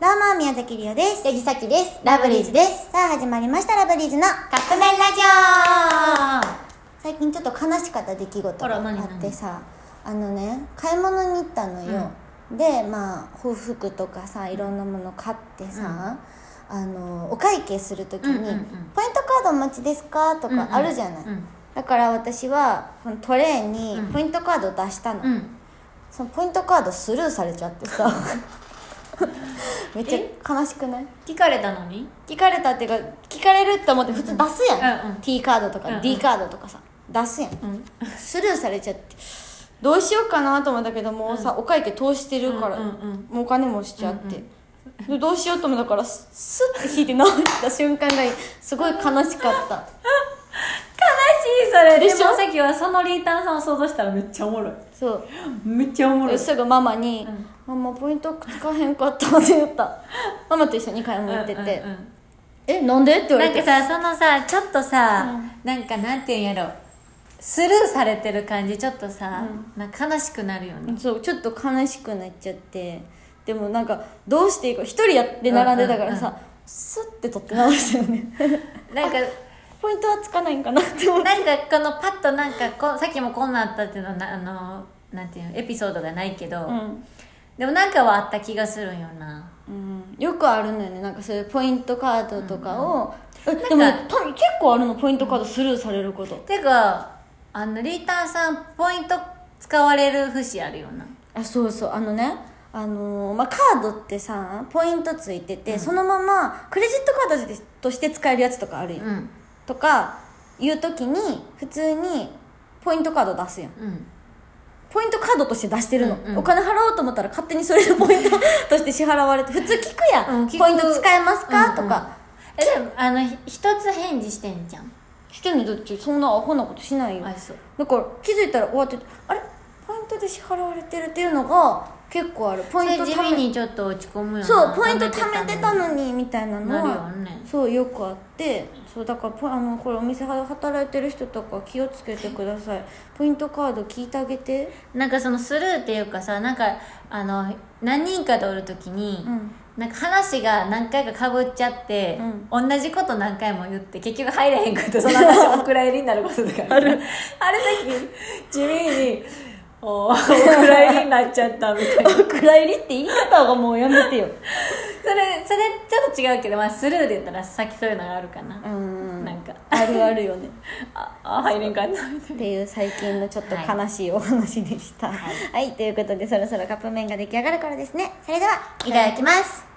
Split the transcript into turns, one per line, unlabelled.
どうも、宮崎りおです。
八木咲です
ラブリーズです。さあ、始まりました、ラブリーズの
カップ麺ラジオあ
最近ちょっと悲しかった出来事
あ
が
ら何
あってさあのね買い物に行ったのよ、でまあ報復とかさいろんなもの買ってさ、あのお会計する時に、
うんうんうん
ポイントカードお持ちですか?」とかあるじゃない、
うん
だから私はこのトレーに
うん
ポイントカードを出したの、
うん、
そのポイントカードスルーされちゃってさ めっち
え
ゃ悲しくない
聞かれたのに
聞かれたっていうか聞かれるって思って普通出すやん、
うんうん
T カードと
うんう
か
ん
D カードとかさ出すやん
うん
スルーされちゃってどうしようかなと思ったけどもうさ、お会計通してるから、
うんうんうん
もうお金もしちゃって、でどうしようと思ったからススッて引いて直した瞬間がすごい悲しかった
悲しいそれ
でしょ
もさっきはそのリータンさんを想像したらめっちゃおもろい
そう
めっちゃおもろい
で、すぐママに
うん
「ママポイント使えへんかった」って言ったママと一緒に買い物行ってて「
うんうんうん
えなんで?」って言われ
なん
て
かさそのさちょっとさ、なんかなんていうんやろスルーされてる感じちょっとさ、なんか悲しくなるよね
そうちょっと悲しくなっちゃってでもなんかどうしていいか一人やって並んでたからさ、
うん
スッて取って直したよね
なんか
ポイントはつかないんかなって思って
なんかこのパッとなんかこうさっきもこんなんあったっていうのなあのなんていうのエピソードがないけど、
うん
でもなんかはあった気がするんよな
うん、よくあるのよねなんかそういうポイントカードとかを、えでも
なん
ね多分結構あるのポイントカードスルーされること、
てかあのリータンさんポイント使われる節あるよな
あそうそうあのねあのーまあ、カードってさポイントついてて、そのままクレジットカードとして使えるやつとかあるよ、
うん
とかいう時に普通にポイントカード出すやん
うん
ポイントカードとして出してるの、
うんうん
お金払おうと思ったら勝手にそれでポイントとして支払われて普通聞くやん、
うん聞く
ポイント使えますか、
うんうん
とか
えでもあのひ一つ返事してんじゃん
してんのだってそんなアホなことしないよ
あそう
だから気づいたら終わっててあれポイントで支払われてるっていうのが結構あるポ
そ
イン
れ
ト
地
貯
味
め
にちょっと落ち込むよな
そうポイント貯めてたのにみたいなの
なるよ
は
ね
そうよくあってそうだからポあのこれお店で働いてる人とか気をつけてくださいポイントカード聞いてあげて
なんかそのスルーっていうかさなんかあの何人かでおる時に、
うん
なんか話が何回かかぶっちゃって、同じこと何回も言って結局入れへんくってその話お蔵入りになることとかあるあれさっき地味に「おーお蔵入りになっちゃった」みたいな
お蔵入りって言い方がもうやめてよ
それそれちょっと違うけど、まあ、スルーで言ったらさっきそういうのがあるかな
う、ん
なんか
あるあるよね
ああ入れんかったみたいな
っていう最近のちょっと悲しいお話でしたはい、ということでそろそろカップ麺が出来上がるからですねそれではい
ただきます